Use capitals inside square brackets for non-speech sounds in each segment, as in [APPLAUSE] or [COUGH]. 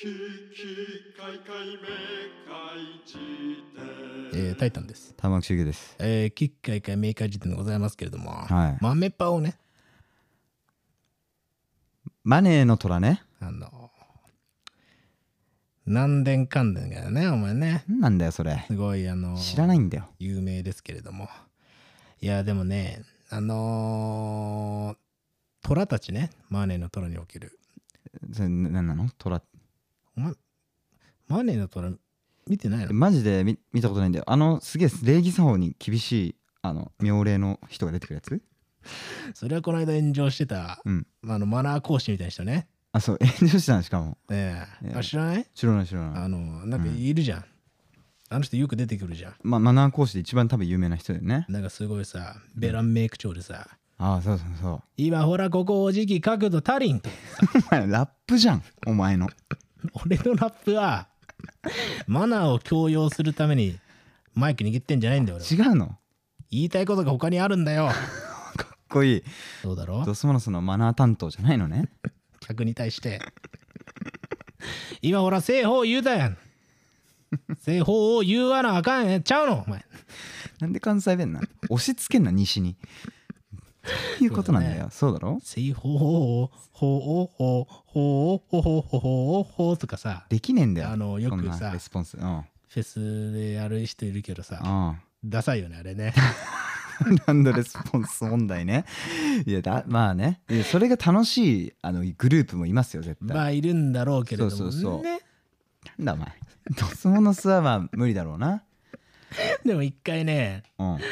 ききかいかいめかいじてえータイタンです。玉木修介です。えー、キッカイカイメーカー時点でございますけれども、はい豆パをね、マネーの虎ね。あの、何年間だよね、お前ね。なんなんだよ、それ。すごい、あの、知らないんだよ。有名ですけれども。いや、でもね、あのー、虎たちね、マーネーの虎における。それななんなの虎。お前、マーネーの虎見てないのマジで見見たことないんだよ。あの、すげえ礼儀作法に厳しい、あの、妙齢の人が出てくるやつそれはこの間炎上してた、うんあのマナー講師みたいな人ね。あ、そう、炎上したの、しかも。ええええあ知らない知らない、知らない。あの、なんかいるじゃん。あの人よく出てくるじゃん。ま、マナー講師で一番多分有名な人だよね。なんかすごいさ、ベランメイク調でさ、ああ、そうそうそう。今ほらここおじき角度足りんと。お前、ラップじゃん、お前の。俺のラップは、マナーを強要するためにマイク握ってんじゃないんだよ、俺は。違うのか言いたいことが他にあるんだよ。っこいい。そうだろドスモノスのマナー担当じゃないのね。客に対して。今ほら正方言うたやん。正方を言うわなあかんやんちゃうのお前。なんで関西弁なの押し付けんな、西に。 [LAUGHS] そういうことなんだよ。そうだろ正方を、ほうほうほうほうほうほうほうほうとかさ、できねえんだよ。あのよくこんなさレスポンス。うん。うん。フェスでやる人いるけどさ、ダサいよね、あれね。 [LAUGHS] ランドレスポンス問題ね。いや、だ、まあね。いやそれが楽しい、あの、グループもいますよ、絶対。まあいるんだろうけれどもね。そうそうそうなんだ、お前。ドスモノスはまあ、無理だろうな。でも一回ね、うん。はい。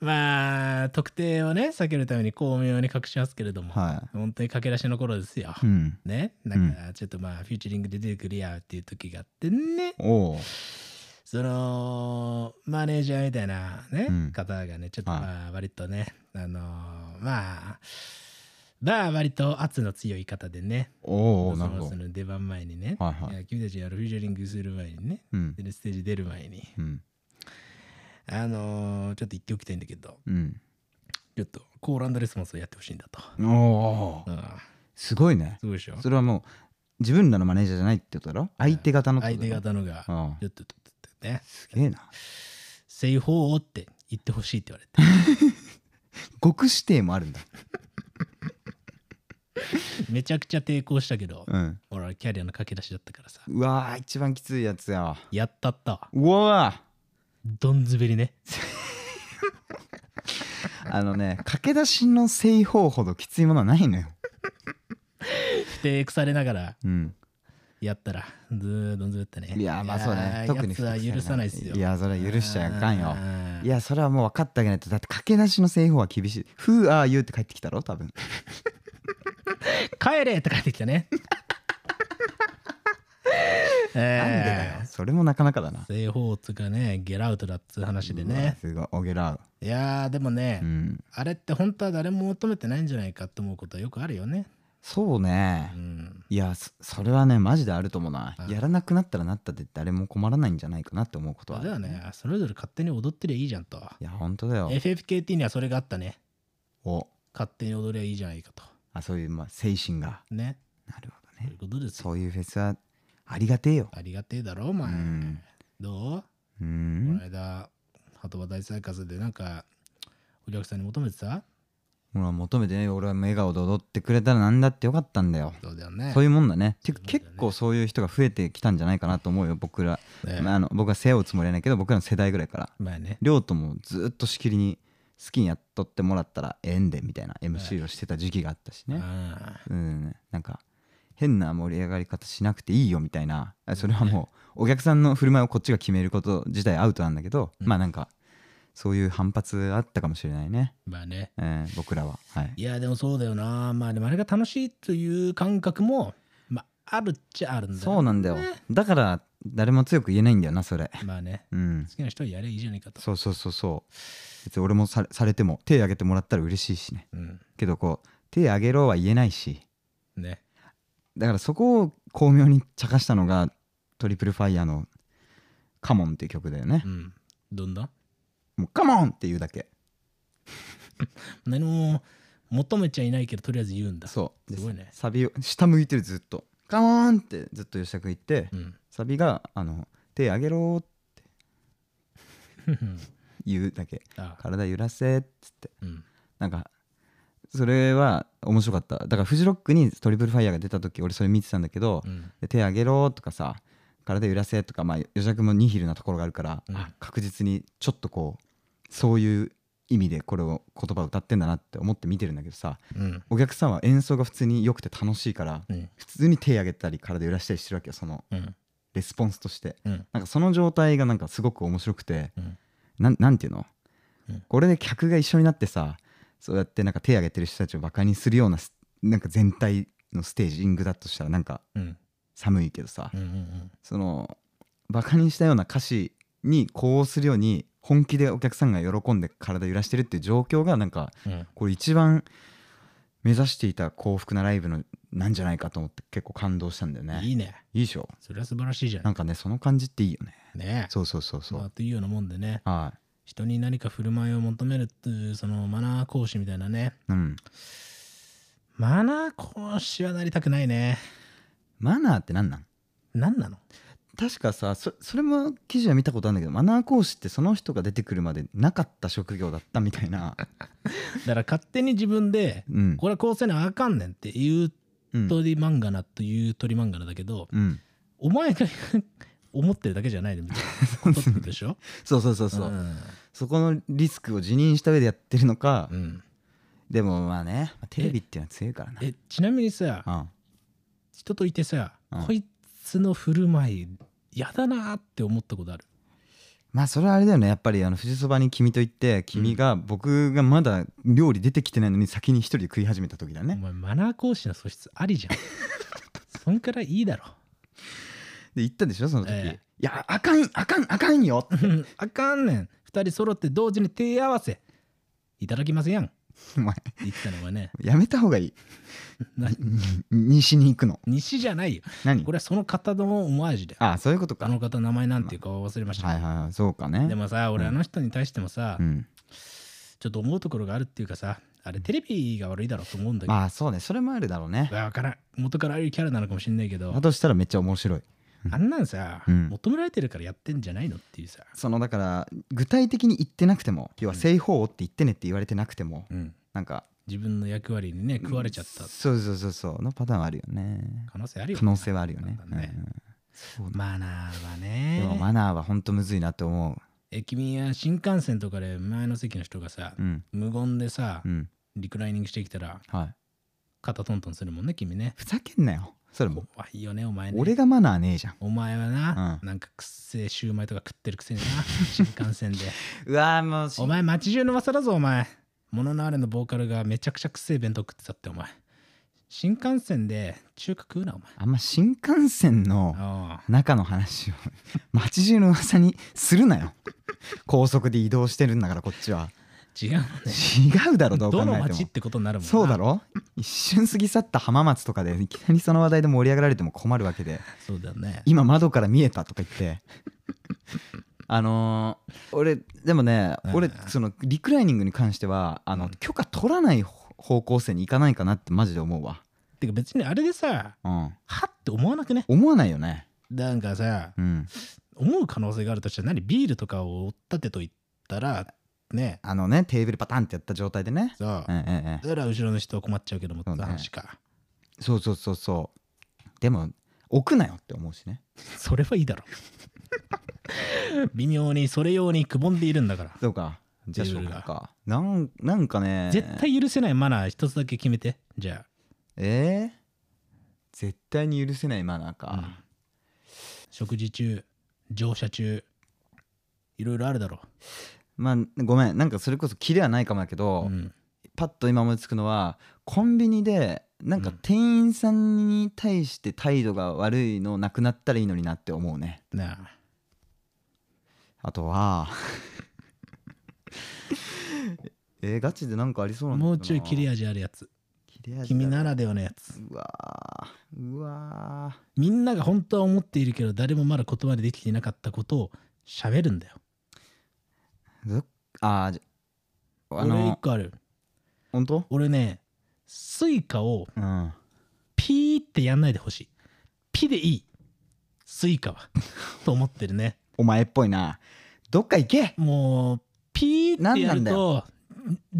まあ特定をね避けるために巧妙に隠しますけれども、本当に駆け出しの頃ですよ。うん。ね、なんかちょっとまあフューチャリングで出てくるやっていう時があってねおう。そのマネージャーみたいな、ねうん方がねちょっとはいまあ割とね、あのーまあまあ割と圧の強い方でねおう、そなるのほそど。の出番前にね、はいはいや君たちあのフューチャリングする前にねうん。でステージ出る前にうん。あのーちょっと言っておきたいんだけどうん。ちょっとコーランドレスポンスをやってほしいんだと。おおう。んすごいね。そうでしょそれはもう、自分らのマネージャーじゃないってことだろ相手方のって相ことだ手ろ。方のが、うんちょっと、ちょっとね、すげえな。正方をって言ってほしいって言われて、極指定もあるんだ。 [LAUGHS] めちゃくちゃ抵抗したけど、うん。俺はキャリアの駆け出しだったからさ、うわー、一番きついやつや。やったったわ。うわどんずべりね。ーあのね、 [LAUGHS] 駆け出しの製法ほどきついものはないのよ。不定腐れながらうん。やったら、ずーどんずべったね。いやー、まあそうね。特にやつは許さないですよ。いや、それは許しちゃいかんよ。あーいや、それはもう分かってあげないと。だって駆け出しの製法は厳しい。Who are you って帰ってきたろ、多分。帰れって帰ってきた [LAUGHS] ね。なんでだえよ。それもなかなかだなー、。正方つうかね、ゲラウトだっつう話でうわね。すごい、おげらう。いやー、でもね、うん。あれって本当は誰も求めてないんじゃないかって思うことはよくあるよね。そうねう。ん。いやそそれはねマジであると思うな、はいやらなくなったらなったで誰も困らないんじゃないかなって思うことはそあれるはね、それぞれ勝手に踊ってりゃいいじゃんと。いや本当だよ FFKT にはそれがあったね。お勝手に踊りゃいいじゃないかと。あそういう、まあ、精神がね。なるほどそういねうことですよ。そういうフェスはありがてえよありがてえだろ、お前。うんどううこのん間、鳩場大サーカスでなんか、お客さんに求めてた俺は求めてね俺は笑顔で踊ってくれたらなんだってよかったんだよそうだよね。そういいうもんだねてかそうだよね結構そういう人が増えてきたんじゃないかなと思うよ僕ら、う、ねまあ、あの僕は背負うつもりはないけど僕らの世代ぐらいからまあね。亮ともずっとしきりに好きにやっとってもらったらええんでみたいな MC をしてた時期があったしね、あうん、なんか変な盛り上がり方しなくていいよみたいなあそれはもうお客さんの振る舞いをこっちが決めること自体アウトなんだけど、うんまあなんかそういう反発あったかもしれないね、まあね。えー僕らは、はい、いや、でもそうだよな。まあでもあれが楽しいという感覚も、まあ、あるっちゃあるんだよそうなんだよだから誰も強く言えないんだよなそれまあね。うん好きな人はやればいいじゃないかと。そうそうそうそう別に俺もさされても手挙げてもらったら嬉しいしねうん。けどこう手挙げろは言えないしね。だからそこを巧妙に茶化したのがトリプルファイヤーの「カモン」っていう曲だよねうん。どんなもうカモンって言うだけ何も求めちゃいないけど、とりあえず言うんだ。そうすごいねサビを下向いてるずっと「カモン!」ってずっと吉田君言って、うん [LAUGHS] サビがあの「手上げろ」って言うだけあ「体揺らせ」っつってうんなんかそれは面白かっただからフジロックにトリプルファイヤーが出た時俺それ見てたんだけど、うんで手上げろとかさ体揺らせとか、まあ、吉田君もニヒルなところがあるから、うんあ確実にちょっとこうそういう意味でこれを言葉を歌ってんだなって思って見てるんだけどさうんお客さんは演奏が普通に良くて楽しいからうん普通に手上げたり体揺らしたりしてるわけよそのうんレスポンスとしてうんなんかその状態がなんかすごく面白くて、うんなんなんていうの、うんこれで客が一緒になってさそうやってなんか手上げてる人たちをバカにするようなスなんか全体のステージングだとしたらなんかうん寒いけどさ、うんうんそのバカにしたような歌詞に呼応するように本気でお客さんが喜んで体揺らしてるっていう状況がなんかうんこれ一番目指していた幸福なライブのなんじゃないかと思って結構感動したんだよねいいねいいでしょそれは素晴らしいじゃなないんかねその感じっていいよねねそうそうそうそう、まあというようなもんでねはい人に何か振る舞いを求めるっていうそのマナー講師みたいなねうん、マナー講師はなりたくないねマナーって何なん何なの確かさそそれも記事は見たことあるんだけどマナー講師ってその人が出てくるまでなかった職業だったみた [LAUGHS] いなだから勝手に自分でうんこれはこうせなあかんねんっていううん鳥漫画なという鳥漫画なんだけどうんお前が思ってるだけじゃないのみたいなことでしょそうそう [LAUGHS] そうそう、んそこのリスクを辞任した上でやってるのか、うんでもまあねテレビっていうのは強いからなえちなみにさあ人といてさうんこいつの振る舞いやだなって思ったことあるまあそれはあれだよねやっぱりあの富士そばに君と行って君が僕がまだ料理出てきてないのに先に一人で食い始めた時だおね前マナー講師の素質あり [LAUGHS] じゃんそんくらいいいだろで行ったでしょその時、ええいやあかんあかんあかんよってあかんねん二人揃って同時に手合わせいただきますやんお前言ってたのがねやめた方 [LAUGHS] がいいな西に行くの西じゃないよ何これはその方のオマージュでああそういうことかあの方の名前なんていうか忘れましたはいけはいはいそうかどねでもさ俺あの人に対してもさうん、ちょっと思うところがあるっていうかさあれテレビが悪いだろうと思うんだけどまあそうねそれもあるだろうねわからん元からああいうキャラなのかもしんないけどだとしたらめっちゃ面白いあんなんさ、うん求められてるからやってんじゃないのっていうさ、そのだから具体的に言ってなくても要はうん正方って言ってねって言われてなくても、うんなんか自分の役割にね食われちゃったそうそうそうそうのパターンはあるよね可能性あるよね可能性はあるよねなんかねうんそうだマナーはでもねマナーはほんとむずいなと思え君は新幹線とかで前の席の人がさううん無言でさうんリクライニングしてきたらはい肩トントンするもんね君ねふざけんなよそれも怖いよねお前ね俺がマナーねえじゃんお前はな、うんなんかくっせえシューマイとか食ってるくせ [LAUGHS] にな新幹線でうわーもうしお前街中の噂だぞお前モノナーレのボーカルがめちゃくちゃくっせえ弁当食ってたってお前新幹線で中華食うなお前あんま新幹線のああ中の話を [LAUGHS] 街中の噂にするなよ高速で移動してるんだからこっちは違うもんね違うだろどう考どのえて街っもてことになるもんなそうだろ一瞬過ぎ去った浜松とかでいきなりその話題で盛り上がられても困るわけでそうだよね今窓から見えたとか言ってあのー俺でもねうん俺そのリクライニングに関してはあうんの許可取らない方向性に行かないかなってマジで思うわ、てか別にあれでさうん、はって思わなくね思わないよねなんかさうん思う可能性があるとしたら何ビールとかを追っ立てといったらねあのねテーブルパタンってやった状態でねそううんうんうんだから後ろの人は困っちゃうけどもってそうね話かそうそうそうそうでも置くなよって思うしねそれはい [LAUGHS] いだろ微妙にそれ用にくぼんでいるんだからそうかじゃあルしーょうルががないかなんなんかね絶対許せないマナー一つだけ決めてじゃえー、絶対に許せないマナーあ、うかん、食事中乗車中いろいろあるだろまあごめんなんかそれこそキレはないかもだけう、ど、うん、パッと今思いつくのはコンビニでなんかうん店員さんに対して態度が悪いのなくなったらいいのになって思うねなああとは [LAUGHS] えー、ガチでなんかありそうなんだもよなうちょい切れ味あるやつ切れ味君だならではのやつうわーうわみんなが本当は思っているけど誰もまだ言葉でできていなかったことを喋るんだよーどっあーじゃあ俺一の個ある本当俺ねスイカをうんピーってやんないでほしいピでいいスイカ [LAUGHS] はと思ってるねお前っぽいなどっか行けもうピーってや何なるんだと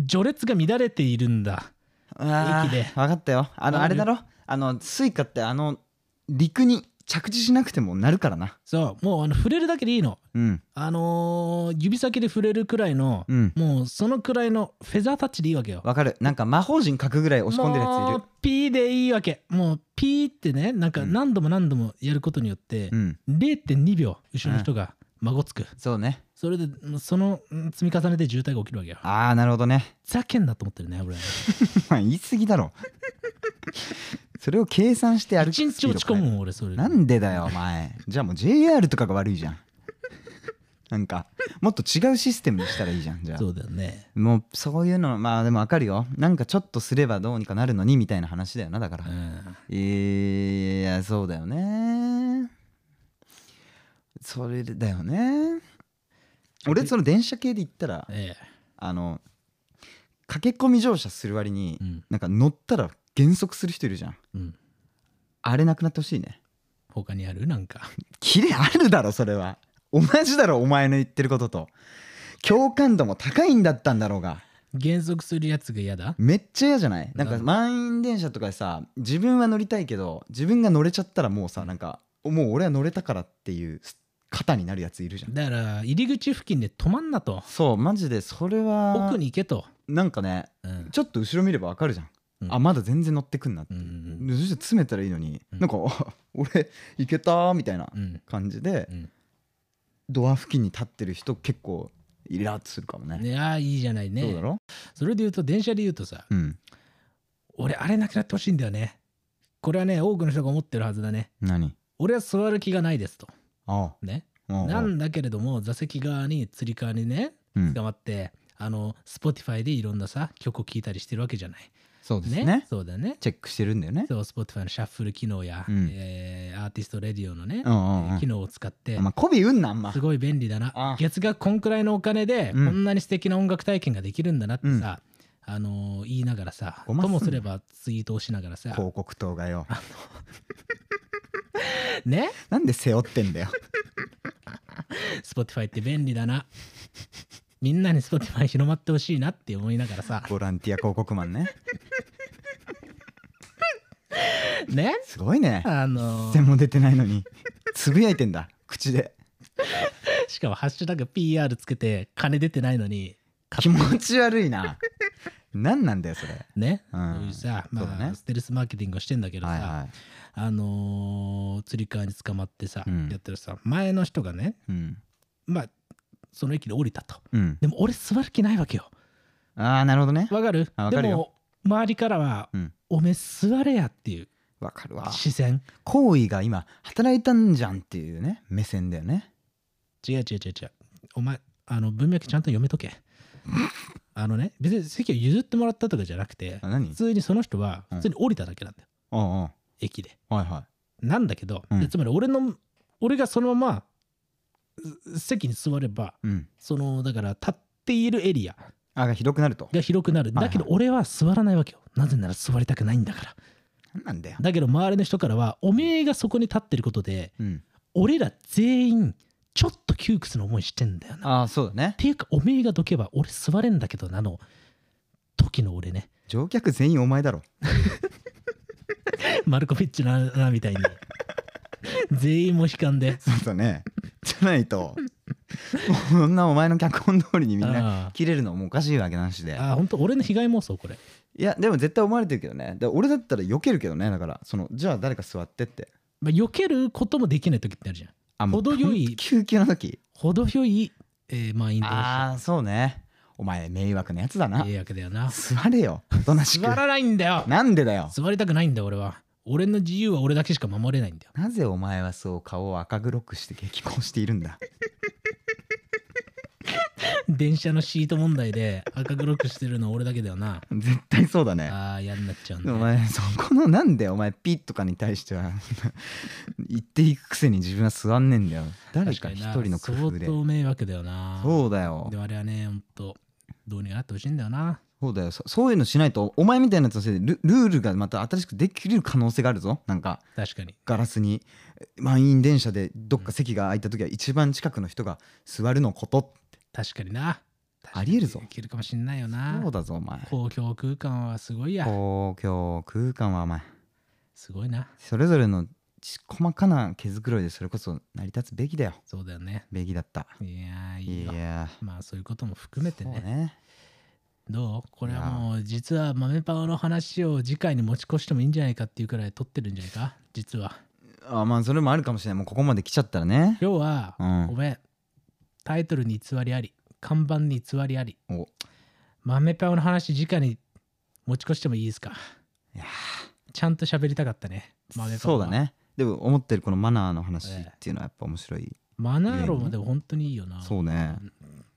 序列が乱れているんだあ駅で分かったよあのなあるれだろあのスイカってあの陸に着地しなくてもなるからなそうもうあの触れるだけでいいのうんあのー指先で触れるくらいの、うんもうそのくらいのフェザータッチでいいわけよわかるなんか魔法陣書くぐらい押し込んでるやついもうるピーでいいわけもうピーってねなんかうん何度も何度もやることによって、うん0.2秒後ろの人が孫つく、そうねそれでもうそのうん積み重ねで渋滞が起きるわけよああなるほどねふざけんなと思ってるね俺まあ言い過ぎだろそれを計算して歩く一日落ち込むもん俺それなんでだよお前じゃあもう JR とかが悪いじゃんなんかもっと違うシステムにしたらいいじゃんじゃあそうだよねもうそういうのまあでもわかるよなんかちょっとすればどうにかなるのにみたいな話だよなだから、うんいやそうだよねそれだよね俺その電車系で言ったらええあの駆け込み乗車する割に、うんなんか乗ったら減速する人いるじゃんうんあれなくなってほしいね他にあるなんかキレあるだろそれは同じだろお前の言ってることと共感度も高いんだったんだろうが減速するやつが嫌だめっちゃ嫌じゃないなんなかん満員電車とかでさ自分は乗りたいけど自分が乗れちゃったらもうさなんかもう俺は乗れたからっていう肩になるやついるじゃんだから入り口付近で止まんなとそうマジでそれは奥に行けと、なんかねうんちょっと後ろ見ればわかるじゃん、うんあまだ全然乗ってくんなって、うんうんそして詰めたらいいのに、うんなんか [LAUGHS] あ「俺行けた」みたいなうん感じで、うんドア付近に立ってる人結構イラッとするかもねねああいいじゃないそうだねろそれで言うと電車で言うとさうん俺あれなくなってほしいんだよねこれはね多くの人が思ってるはずだね何俺は座る気がないですとあねあああなんだけれども座席側につり革にねうん捕まって、あの Spotify でいろんなさ曲を聴いたりしてるわけじゃないそうですねねそうだよねチェックしてるんだよねそう Spotify のシャッフル機能や、うんえーアーティストレディオのね、うんうんうん機能を使ってお前媚びうんなあんますごい便利だなあ月額こんくらいのお金でこうんんなに素敵な音楽体験ができるんだなってさ、あのー言いながらさとごますんなもすればツイートをしながらさ広告塔がよねなんで背負って [LAUGHS] んだよ Spotify って便利だなみんなに Spotify 広まってほしいなって思いながらさボランティア広告マンねねすごいねあのー全も出てないのにつぶやいてんだ口でしかも「ハッシュタグ #PR」つけて金出てないのに気持ち悪いな何なんだよそれね、うんそういうさ、そまうだあねステルスマーケティングをしてんだけどさ、はいはあのー、釣り革に捕まってさ、うんやってるさ前の人がねいうんまあその駅で降りたとうんでも俺座る気ないわけよああなるほどねわかるあわでかるよも周りからは、うんおめえ座れやっていうわかるわ視線行為が今働いたんじゃんっていうね目線だよね違う違う違う違うお前あの文脈ちゃんと読めと [LAUGHS] けあのね別に席を譲ってもらったとかじゃなくてあ何普通にその人はうん普通に降りただけなんだよ、おうんうん駅ではいはなんだけど、うんでつまり俺の俺がそのままう席に座ればいうんそのだから立っているエリアあがひどくなるとが広くなるはいはだいけど俺は座らないわけよなぜなら座りたくないんだから何なんだよだけど周りの人からはおめえがそこに立ってることでうん俺ら全員ちょっと窮屈な思いしてんだよなっああそうだねていうかおめえがどけば俺座れんだけどなの時の俺ね [LAUGHS] 乗客全員お前だろマルコビッチの穴みたい [LAUGHS] に全員も悲観でそうだねじゃないとこんなお前の脚本通りにみんなあ切れるのもおかしいわけなしでーあー本当俺の被害妄想これいやでも絶対思われてるけどねで俺だったら避けるけどねだからそのじゃあ誰か座ってってまあ、避けることもできない時ってあるじゃん。あ程よい救急の時程よい、えー、満員電車。ああそうねお前迷惑なやつだなええわけだよな。座れよおとなしく座らないんだよなんでだよ座りたくないんだよ俺は。俺の自由は俺だけしか守れないんだよ。なぜお前はそう顔を赤黒くして激高しているんだ電車のシート問題で赤黒くしてるの俺だけだよな。 [LAUGHS] 絶対そうだねああ、嫌になっちゃうんおだ。前そこのなんでお前ピッとかに対しては [LAUGHS] 言っていくくせに自分は座んねえんだよ誰か一人の確工かに夫なで相当迷惑だよな。そうだよでもあれはね、ほんと、どうにかなってほしいんだよな。そうだよそそういうのしないとお前みたいなやつのせいでルルールがまた新しくできる可能性があるぞなんか確かにガラスに満員電車でどっか席が空いた時は一番近くの人が座るのこと確かになありえるぞいけるかもしんないよなそうだぞお前公共空間はすごいや公共空間はお前すごいなそれぞれのち細かな毛づくろいでそれこそ成り立つべきだよそうだよねべきだったいやーいいいよやまあそういうことも含めーてそうねねどうこれはもう実は豆パオの話を次回に持ち越してもいいんじゃないかっていうくらい撮ってるんじゃないか実はあまあそれもあるかもしれないもうここまで来ちゃったらね今日は、うんごめんタイトルに偽りあり看板に偽りありお豆パオの話次回に持ち越してもいいですかいやちゃんと喋りたかったね豆パオはそうだねでも思ってるこのマナーの話ええっていうのはやっぱ面白いマナー論まで本当にいいよなそうね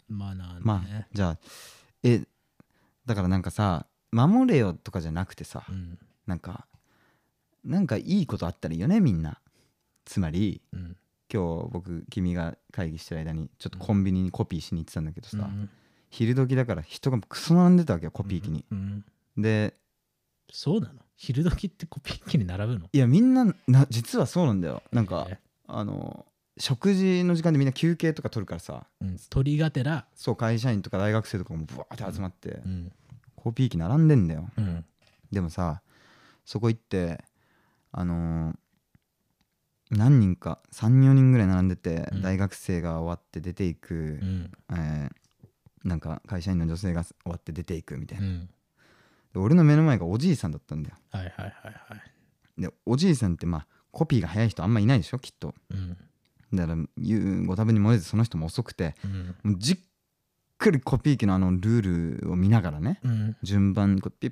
マナーね、まあじゃあえだからなんかさ守れよとかじゃなくてさうんなんかなんかいいことあったらいいよねみんなつまりうん今日僕君が会議してる間にちょっとコンビニにコピーしに行ってたんだけどさ、うん昼時だから人がクソ並んでたわけよコピー機に、うんでそうなの昼時ってコピー機に並ぶのいやみんなな実はそうなんだよなんか、えあの食事の時間でみんな休憩とか取るからさーうん、鳥がてら、そう会社員とか大学生とかもブワーって集まって、うんコピー機並んでんだようん、でもさそこ行ってあのー何人か34人ぐらい並んでて、うん大学生が終わって出ていくう、んえーなんか会社員の女性が終わって出ていくみたいうな、んで俺の目の前がおじいさんだったんだよはいはいはいはいでおじいさんってまあコピーが早い人あんまいないでしょきっとうんだから言うご多分に漏れずその人も遅くてうんもうじっくりコピー機のあのルールを見ながらねうん順番にこうピッ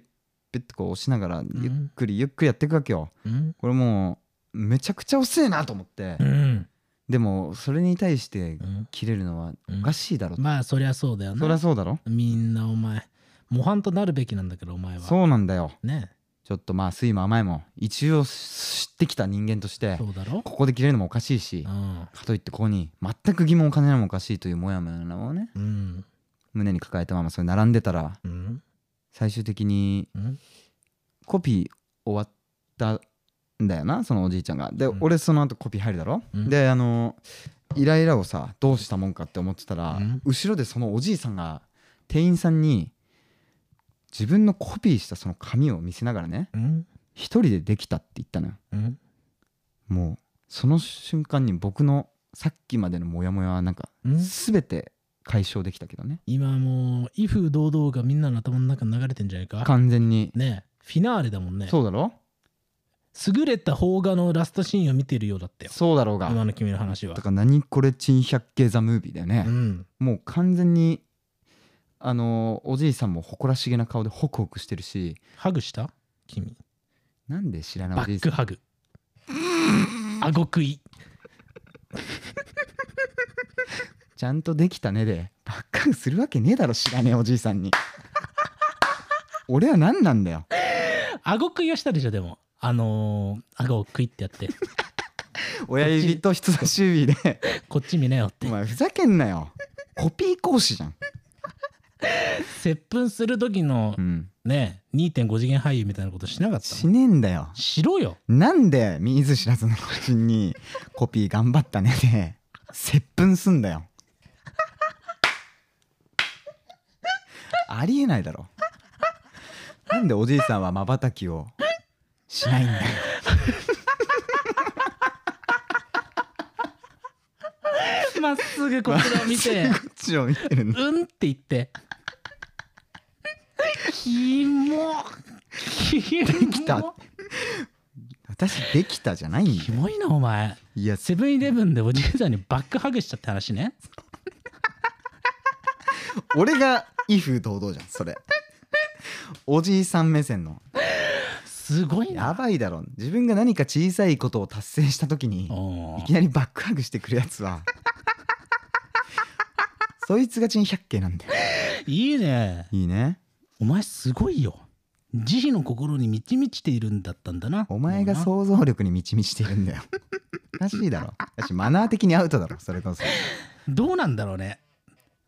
ピッてこう押しながらゆっくりゆっくりやっていくわけよ、うんこれもうめちゃくちゃ遅えなと思って、うんでもそれに対してうん切れるのはおかしいだろと、まあそりゃそうだよそりゃなそうだろみんなお前模範となるべきなんだけどお前はそうなんだよねちょっとまあ酸いも甘いも一応知ってきた人間としてそうだろここで切れるのもおかしいし、うんかといってここに全く疑問を感じないのもおかしいというモヤモヤのをねうん胸に抱えたままそれ並んでたらうん最終的にうんコピー終わったんだよなそのおじいちゃんがで、うん俺その後コピー入るだろ、うんであのイライラをさどうしたもんかって思ってたら、うん後ろでそのおじいさんが店員さんに自分のコピーしたその紙を見せながらねうん一人でできたって言ったのようんもうその瞬間に僕のさっきまでのモヤモヤはなんかうん全て解消できたけどね今もう威風堂々がみんなの頭の中に流れてんじゃないか完全にねえフィナーレだもんねそうだろ優れた邦画のラストシーンを見てるようだったよそうだろうが今の君の話はだから何これ珍百景ザムービーだよね、うんもう完全にあのーおじいさんも誇らしげな顔でホクホクしてるしハグした君なんで知らないおバじいッさクんハグ顎食いちゃんとできたねでバックハグするわけねえだろ知らねえおじい [LAUGHS] さんに俺は何なんだよ顎食いはしたでしょでもあのー、顎を食いってやって親指と人差し指でこっち見なよっおて前ふざけんなよコピー講師じゃん、接吻する時のうん、ね2.5次元俳優みたいなことしなかったしのねえんだよしろよなんで見ず知らずの個人にコピー頑張ったねで接吻すんだよありえないだろなんでおじいさんはまばたきをしないんだよまっすぐこちらを見てこっちを見てるんだうんって言ってキモキモきた私できたじゃないんだキよモいなお前いやセブンイレブンでおじいさんにバックハグしたって話ね俺が威風堂々じゃんそれおじいさん目線のすごいやなばいだろ自分が何か小さいことを達成した時においーきなりバックハグしてくるやつは [LAUGHS] そいつが珍百景なんだよいいねいいねお前すごいよ慈悲の心に満ち満ちているんだったんだなお前がう想像力に満ち満ちているんだよおかしいだろだしマナー的にアウトだろそれこそどうなんだろうね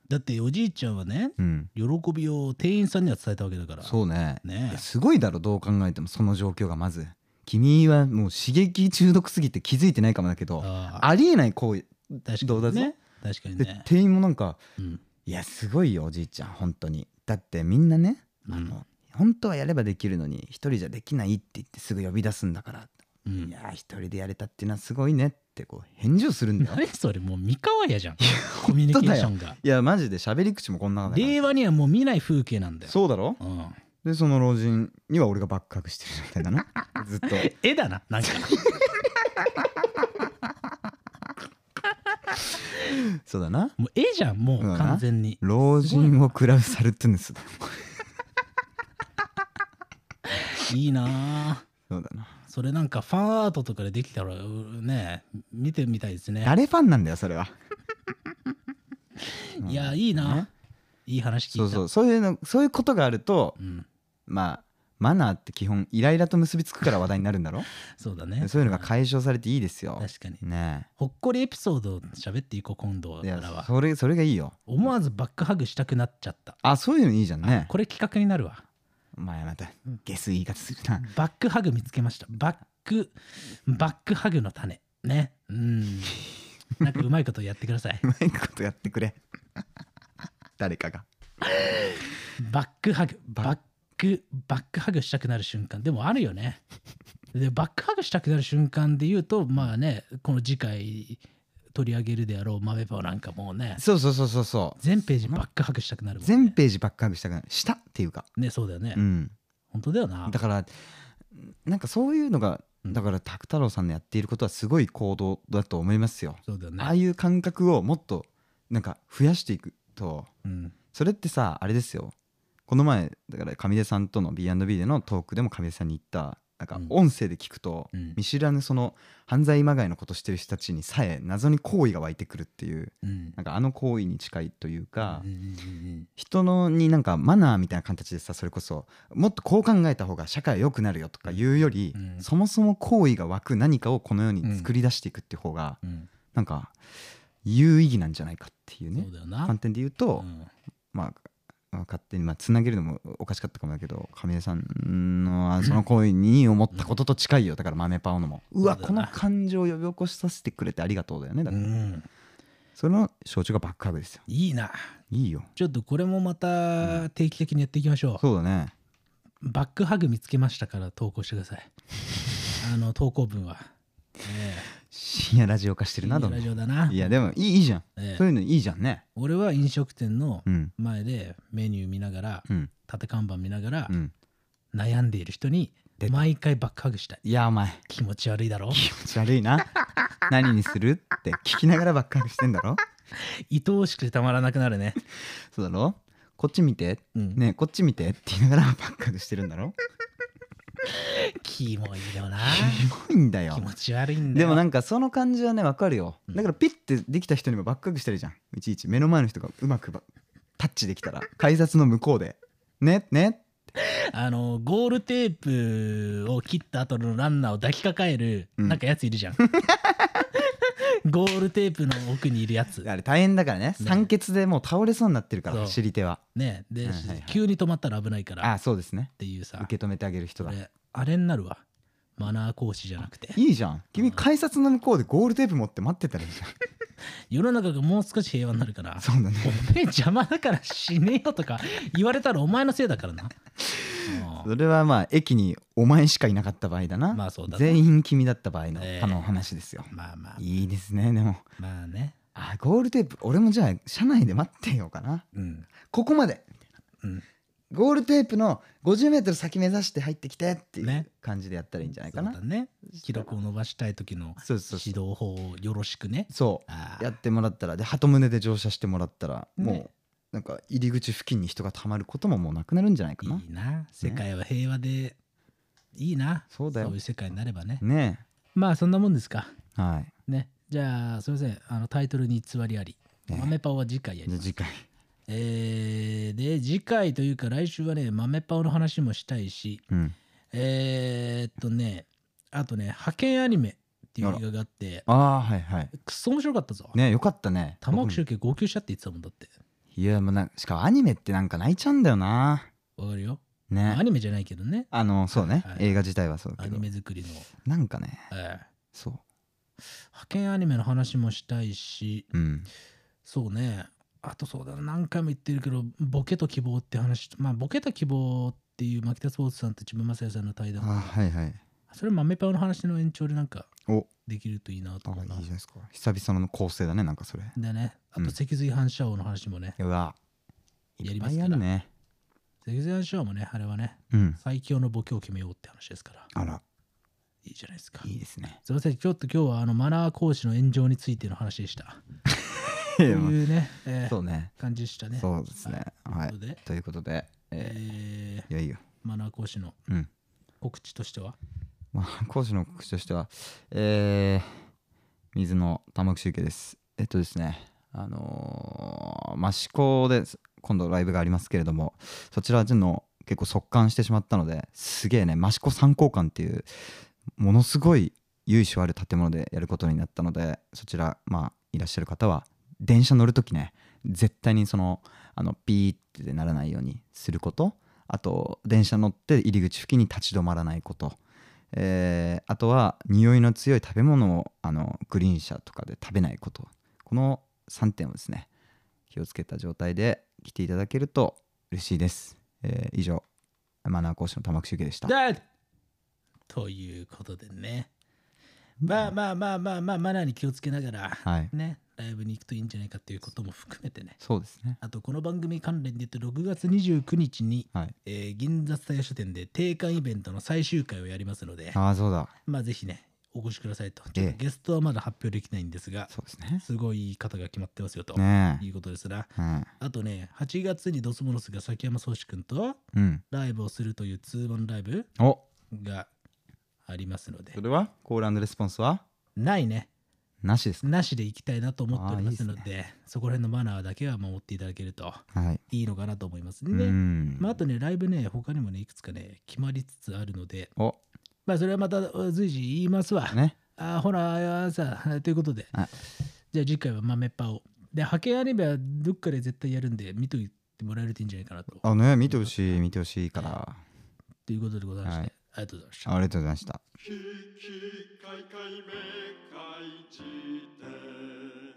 だっておじいちゃんはねうん喜びを店員さんには伝えたわけだからそうねねいやすごいだろどう考えてもその状況がまず君はもう刺激中毒すぎて気づいてないかもだけどああありえない行為確どうかだにぞね確かにで [LAUGHS] ね、店員もなんかうん、いやすごいよおじいちゃん本当にだってみんなねうんあの本当はやればできるのに一人じゃできないって言ってすぐ呼び出すんだからういん、やー一人でやれたっていうのはすごいねってこう返事をするん [LAUGHS] だよ何それもう三河屋じゃんコミュニケーションがいやマジで喋り口もこんなだ令和にはもう見ない風景なんだよそうだろう、ん、でその老人には俺がバックしてるみたいだ [LAUGHS] なずっと絵だな [LAUGHS] なんかそうだなもう絵じゃんもうそうだな完全に老人を食らうサルトゥヌスだいいなあそうだなそれなんかファンアートとかでできたらうね見てみたいですね誰ファンなんだよそれはいやいいな、ねいい話聞いそたうそうそういうのそういうことがあるとうん、まあマナーって基本イライラと結びつくから話題になるんだろそうだ [LAUGHS] ねそういうのが解消されていいですよ確かにねほっこりエピソードを喋っていこう今度えいかやらはそれそれがいいよ思わずバックハグしたくなっちゃったあそういうのいいじゃんねこれ企画になるわお前またゲス言い方する [LAUGHS] なバックハグ見つけましたバックバックハグの種ねうんなんかうまいことやってくださ [LAUGHS] いうまいことやって [LAUGHS] くれ誰かがバックハグバックバックハグしたくなる瞬間でもあるよねでバックハグしたくなる瞬間で言うとまあねこの次回取り上げるであろう豆パオなんかもうねそうそうそうそうそう全ページバックハグしたくなるもんね全ページバックハグしたくなるしたっていうかねそうだよね、うん本当だよなだからなんかそういうのがうんだから拓太郎さんのやっていることはすごい行動だと思いますよそうだよねああいう感覚をもっとなんか増やしていくとうんそれってさあれですよこの前だから上出さんとの B&B でのトークでも上出さんに言ったなんかうん音声で聞くと、うん見知らぬその犯罪まがいのことしてる人たちにさえ謎に好意が湧いてくるっていううんなんかあの行為に近いというか、うんうんうん人のになんかマナーみたいな形でさそれこそもっとこう考えた方が社会は良くなるよとか言うより、うんそもそも好意が湧く何かをこの世に作り出していくっていう方が、うんうんなんか有意義なんじゃないかっていうねそうだよな観点で言うと、うんまあまあ勝手にまあつなげるのもおかしかったかもだけど上出さんのあその行為に思ったことと近いよだから豆パオのもうわそうだこなの感情を呼び起こしさせてくれてありがとうだよねだうから、んその象徴がバックハグですよいいないいよちょっとこれもまた定期的にやっていきましょう、そうだねバックハグ見つけましたから投稿してくださ [LAUGHS] いあの投稿文は、え深夜ラジオ化してえるなどいいラジオだないやでもいいいいじゃん、ええそういうのいいじゃんね俺は飲食店のうん前でメニュー見ながら、うん縦看板見ながら、うん悩んでいる人に出た毎回バックハグしたいいやお前気持ち悪いだろ気持ち悪い [LAUGHS] な何にするって聞きながらバックハグしてんだろ愛おしくてたまらなくなるね、そうだろこっち見てうん、ねえこっち見てって言いながらバックハグしてるんだろキモいよなキモいんだよ気持ち悪いんだでよもなんかその感じはねわかるようんだからピッてできた人にもバックハグしたりじゃんいちいち目の前の人がうまくばタッチできたら改札の向こうでねねあのゴールテープを切った後のランナーを抱きかかえる、うんなんかやつい [LAUGHS] るじゃんゴールテープの奥にいるやつあれ大変だからね酸欠でもう倒れそうになってるかそらう走り手はねで、はいはいはい急に止まったら危ないからあっそうですねていうさ受け止めてあげる人だ俺あれになるわマナー講師じゃなくていいじゃん君改札の向こうでゴールテープ持って待ってたらいいじ世の中がもう少し平和になるからゃんそうだねおめえ邪魔だから死ねよとか言われたらお前のせいだからなうん [LAUGHS] それはまあ駅にお前しかいなかった場合だな、まあそうだね全員君だった場合のええあの話ですよ、まあまあいいですねでもまあねあゴールテープ俺もじゃあ車内で待ってようかなうんここまでうんゴールテープの 50m 先目指して入ってきてっていねう感じでやったらいいんじゃないかそなうだね記録を伸ばしたい時のそうそうそう指導法をよろしくねそうあやあってもらったらで鳩胸で乗車してもらったらもう、ねなんか入り口付近に人がたまることももうなくなるんじゃないかないいな世界は平和でいいなそうだよそういう世界になればねねまあそんなもんですかえはいねじゃあすいませんあのタイトルに偽りありええ豆パオは次回やりじゃまあす次回えーで次回というか来週はね豆パオの話もしたいしうんえーっとねあとね派遣アニメっていう映画があってああはいはいくっそ面白かったぞねよかったね玉置周慶号泣しちゃって言ってたもんだっていやもうなんしかもアニメってなんか泣いちゃうんだよなわかるよ、ねアニメじゃないけどねあのそうね、はい映画自体はそうアだけどニメ作りの、なんかねええそ派遣アニメの話もしたいしううんそうねあとそうだな何回も言ってるけどボケと希望って話まあボケと希望っていう牧田スポーツさんと自分正也さんの対あ談はいはいそれ豆パオの話の延長でなんかおできるといいなとあい思ういじなゃないですか久々の構成だねなんかそれでねあうとん脊髄反射王の話もね、うわやいりっまぱすいからあるね脊髄反射王もねあれはねうん最強のボケを決めようって話ですからあらいいじゃないですかいいですねすいませんちょっと今日はあのマナー講師の炎上についての話でした [LAUGHS] いといやまあうね、えーそうね感じでしたねそうですねはということでいということでええーーいやいいよマナー講師のうん告知としてはまあ、 [LAUGHS] 講師の告知としては、えー水の玉木集計です。えっとですね、あのー、益子で今度ライブがありますけれども、そちらでの結構速乾してしまったのですげえね、益子三高館っていう、ものすごい由緒ある建物でやることになったので、そちら、まあ、いらっしゃる方は、電車乗るときね、絶対にその、あのピーってならないようにすること、あと、電車乗って入り口付近に立ち止まらないこと、えーあとは匂いの強い食べ物をあのグリーン車とかで食べないことこの3点をですね気をつけた状態で来ていただけると嬉しいです、えー以上マナー講師の玉木修介でしただということでねまあまあまあまあまあマナーに気をつけながらはいねライブに行くといいんじゃないかということも含めてねそうですねあとこの番組関連で言うと6月29日に、はいえー銀座スタヤ書店で定款イベントの最終回をやりますのでああそうだまあぜひねお越しくださいとちょっえとえゲストはまだ発表できないんですがそうですねすごい方が決まってますよとねいうことですなえはあとね8月にドスモノスが崎山壮志くんというんライブをするというツーマンライブおがありますのでそれはコールレスポンスはないねなしですかなしで行きたいなと思っておりますのであそこら辺のマナーだけは守っていただけるとはいいいのかなと思いますうね。んまあ、あとね、ライブね、他にもね、いくつかね、決まりつつあるので、おまあ、それはまたお随時言いますわ。ねあーほら、あーさあ、ということであ、じゃあ次回は豆パを。で、派遣アニメはどっかで絶対やるんで、見といてもらえるといいんじゃないかなと。あね見てほしい見てほしいからということでございまして、はいありがとうございました。ありがとうございましたききかいかいめかいじて